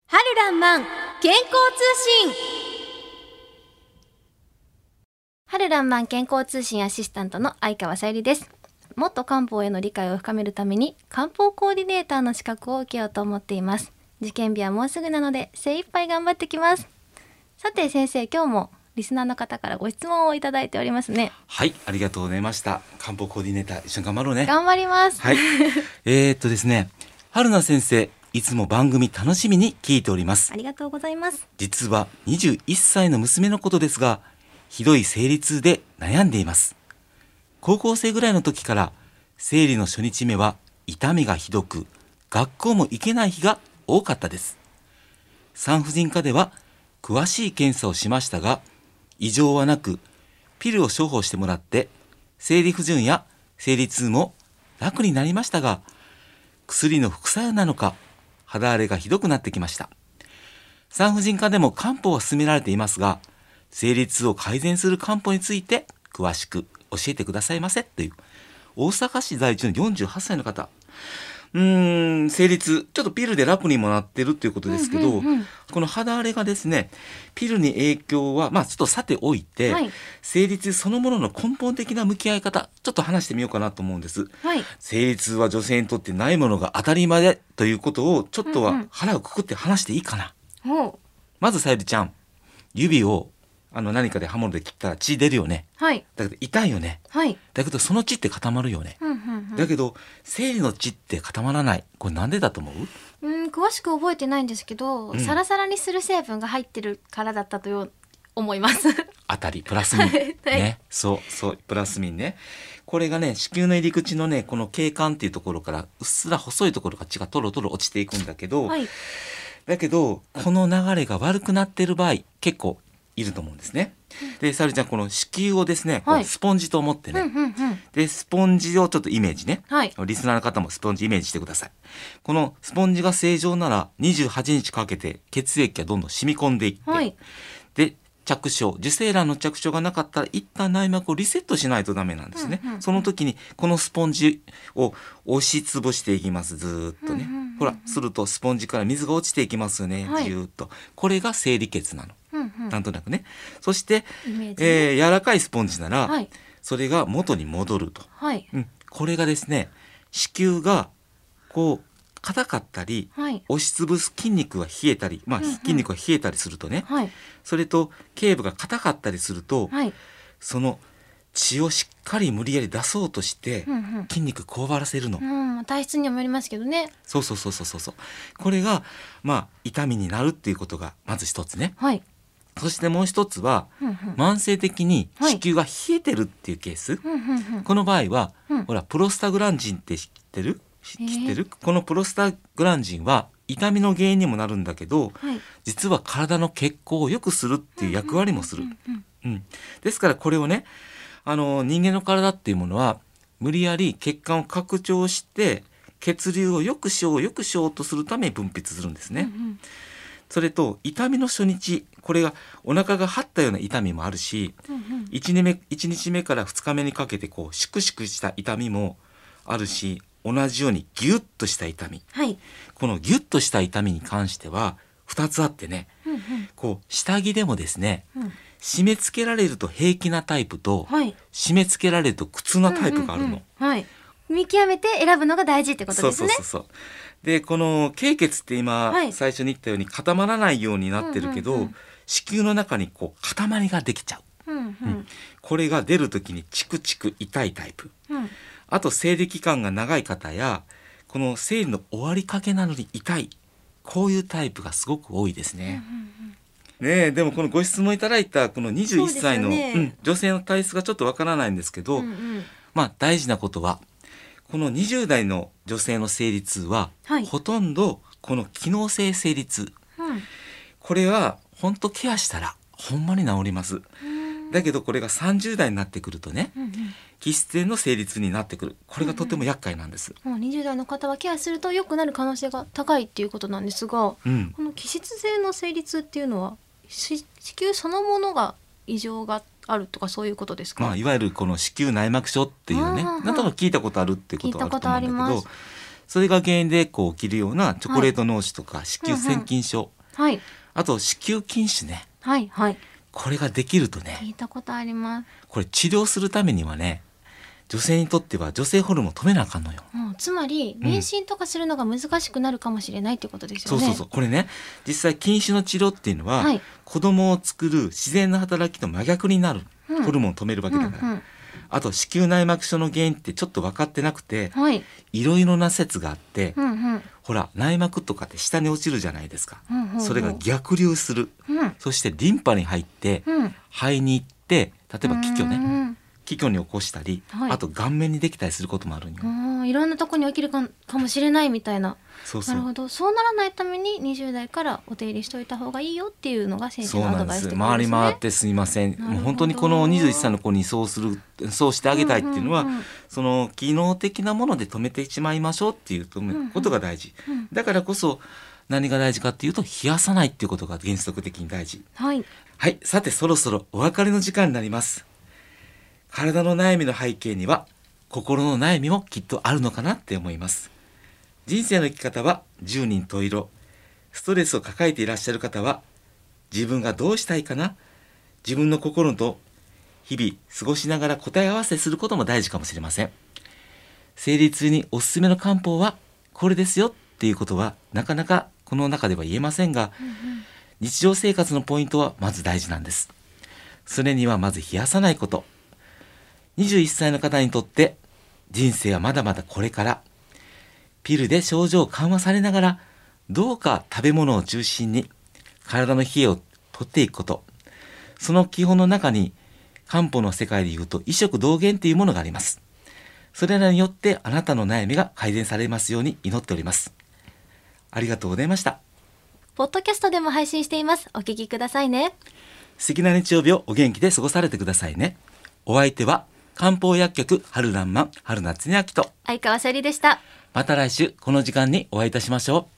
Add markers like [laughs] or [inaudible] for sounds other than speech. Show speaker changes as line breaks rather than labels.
るらんまん健康通信春らんまん健康通信アシスタントの相川さゆりですもっと漢方への理解を深めるために漢方コーディネーターの資格を受けようと思っています受験日はもうすぐなので精一杯頑張ってきますさて先生今日もリスナーの方からご質問をいただいておりますね
はい、ありがとうございました。漢方コーディネーター、一緒に頑張ろうね。
頑張ります
はい。 [laughs] えー、っとですね、春菜先生、いつも番組楽しみに聞いております
あ。りがとうございます
実は21歳の娘のことですが、ひどい生理痛で悩んでいます。高校生ぐらいの時から、生理の初日目は痛みがひどく、学校も行けない日が多かったです。産婦人科では詳しい検査をしましたが、異常はなく、ピルを処方してもらって、生理不順や生理痛も楽になりましたが、薬の副作用なのか、肌荒れがひどくなってきました。産婦人科でも漢方は勧められていますが、生理痛を改善する漢方について詳しく教えてくださいませという、大阪市在住の48歳の方。うーん、生理痛、ちょっとピルで楽にもなってるということですけど、
うんうんうん
この肌荒れがですね、ピルに影響は、まあちょっとさておいて、
はい
生理痛そのものの根本的な向き合い方、ちょっと話してみようかなと思うんです。
はい
生理痛は女性にとってないものが当たり前だということをちょっ
う
と
んう
は
ん
腹をくくって話していいかな、
ほう
まずさゆりちゃん指をあの何かで刃物で切ったら血出るよね
はい
だけど痛いよね
はい
だけどその血って固まるよね、
うんうん
だけど生理の血って固まらないこれなんでだと思う
うん、うん、詳しく覚えてないんですけど、
うん
サラサラにする成分が入ってるからだったとよ思います。
あたりプラスミ
[laughs]
ン、
はいはい
ねそうそうプラスミンねこれがね子宮の入り口のねこの頸管っていうところからうっすら細いところが血がとろとろ落ちていくんだけど、
はい、
だけどこの流れが悪くなってる場合結構いると思うんですね。でさゆりちゃんこの子宮をですね、こう
はい
スポンジと思って
うん
ね、
うんうん、
でスポンジをちょっとイメージね、
はい、
リスナーの方もスポンジイメージしてくださいこのスポンジが正常なら28日かけて血液がどんどん染み込んでいって、
はい、
で着床受精卵の着床がなかったら一旦内膜をリセットしないとダメなんですね、
うんうんうん
その時にこのスポンジを押しつぶしていきますずーっ
う
とね、
んうんうんうん
ほらするとスポンジから水が落ちていきますよね、
はい
ずーっとこれが生理血なの、
うんうん、
なんとなくねそして、
イメージ、
えー柔らかいスポンジなら、
はい、
それが元に戻ると、
はい、
うん、これがですね子宮がこう硬かったり
はい、
押しつぶす筋肉が冷えたり、まあ、
うんうん
筋肉が冷えたりするとね、
はい、
それと頸部が硬かったりすると、
はい、
その血をしっかり無理やり出そうとして、
うんうん
筋肉こわばらせるの、
うん、体質にもよりますけどね、
そうそうそうそうそうそうこれがまあ痛みになるっていうことがまず一つね
はい、
そしてもう一つは
うんうん、
慢性的に
はい
子宮が冷えてるっていうケース、
うんうんうん、
この場合は、
うん
ほらプロスタグランジンって知ってる知
えー
知ってる、このプロスタグランジンは痛みの原因にもなるんだけど
はい、
実は体の血行を良くするっていう役割もする、
うんうん、
うん、ですからこれをねあの人間の体っていうものは無理やり血管を拡張して血流を良くしよう良くしようとするために分泌するんですね、
うん
それと痛みの初日これがお腹が張ったような痛みもあるし
うん、うんうん、
1日目一日目から2日目にかけてこうシクシクした痛みもあるし同じようにギュッとした痛み
はい、
このギュッとした痛みに関しては2つあってね
うんうん、
こう下着でもですね
うん、
締め付けられると平気なタイプと
はい、
締め付けられると苦痛なタイプがあるの。
うんうんうん、はい、見極めて選ぶのが大事ってこと
そう
です
そう
ね
そ。うそうでこの経血って今、
はい
最初に言ったように固まらないようになってるけど、
うんうんうん
子宮の中にこう塊ができちゃう
うんうん、
これが出る時にチクチク痛いタイプ
うん、
あと生理期間が長い方やこの生理の終わりかけなのに痛いこういうタイプがすごく多いですね。ねえでもこのご質問いただいたこの
そう
21
ですよ
歳の、
ね
うん女性の体質がちょっとわからないんですけど、
うんうん、
まあ大事なことはこの20代の女性の生理痛は、
はい
ほとんどこの機能性生理痛
うん
これはほんとケアしたらほんまに治ります。
うん、
だけどこれが30代になってくるとね
うんうん。
気質性の生理痛になってくるこれがとても厄介なんです。
まあ、20代の方はケアすると良くなる可能性が高いっていうことなんですが
うん
この気質性の生理痛っていうのはし子宮そのものが異常があるとかそういうことですか、
まあ、いわゆるこの子宮内膜症っていうね
あーはい
なんとなく聞いたことあるっていうことはあると思う
聞いたこと
んだ
あ
け
りま
ど
す
それが原因でこう起きるようなチョコレート脳腫とか子宮腺筋症、
はい
あと子宮筋腫ね
はいはい
これができるとね
聞いたことあります
これ治療するためにはね女性にとっては女性ホルモン止めなあかんのよ。
もうつまり妊娠とかするのが難しくなるかもしれないってことです
そ
よ
う
ね、
そうそうこれね実際禁酒の治療っていうのは、
はい
子供を作る自然な働きと真逆になる、
うん
ホルモンを止めるわけ
ん
だから、
ん
あと子宮内膜症の原因ってちょっと分かってなくて
はい
いろいろな説があって、
うんうん
ほら内膜とかって下に落ちるじゃないですか、
うんうんうん
それが逆流する
うん
そしてリンパに入って、
うん
肺に行って例えば気虚
う
ね
ん
気虚に起こしたり、
はい
あと顔面にできたりすることもあるんよ、
うんいろんなとこに起きるかかもしれないみたいな
そうそ
なる
う
ほどそうならないために20代からお手入れしておいた方がいいよっていうのが先生
そう
のア
な
ド
んで
バイス
す
ってこと
回
で
り
すね
回ってすみません
なるほど
もう本当にこの21歳の子にそうするそうしてあげたいっていうのは、
んんん
その機能的なもので止めてしまいましょうっていう止めることが大事、
うんうん
だからこそ何が大事かっていうと冷やさないっていうことが原則的に大事
はい
はいさてそろそろお別れの時間になります体の悩みの背景には心の悩みもきっとあるのかなって思います人生の生き方は十人十色ストレスを抱えていらっしゃる方は自分がどうしたいかな自分の心と日々過ごしながら答え合わせすることも大事かもしれません生理痛におすすめの漢方はこれですよっていうことはなかなかこの中では言えませんが、日常生活のポイントはまず大事なんですそれにはまず冷やさないこと21歳の方にとって人生はまだまだこれからピルで症状を緩和されながらどうか食べ物を中心に体の冷えを取っていくことその基本の中に漢方の世界でいうと異食同源というものがありますそれらによってあなたの悩みが改善されますように祈っておりますありがとうございました
ポッドキャストでも配信していますお聞きくださいね
素敵な日曜日をお元気で過ごされてくださいねお相手は漢方薬局春らんまん春夏に秋と
相川さゆりでした
また来週この時間にお会いいたしましょう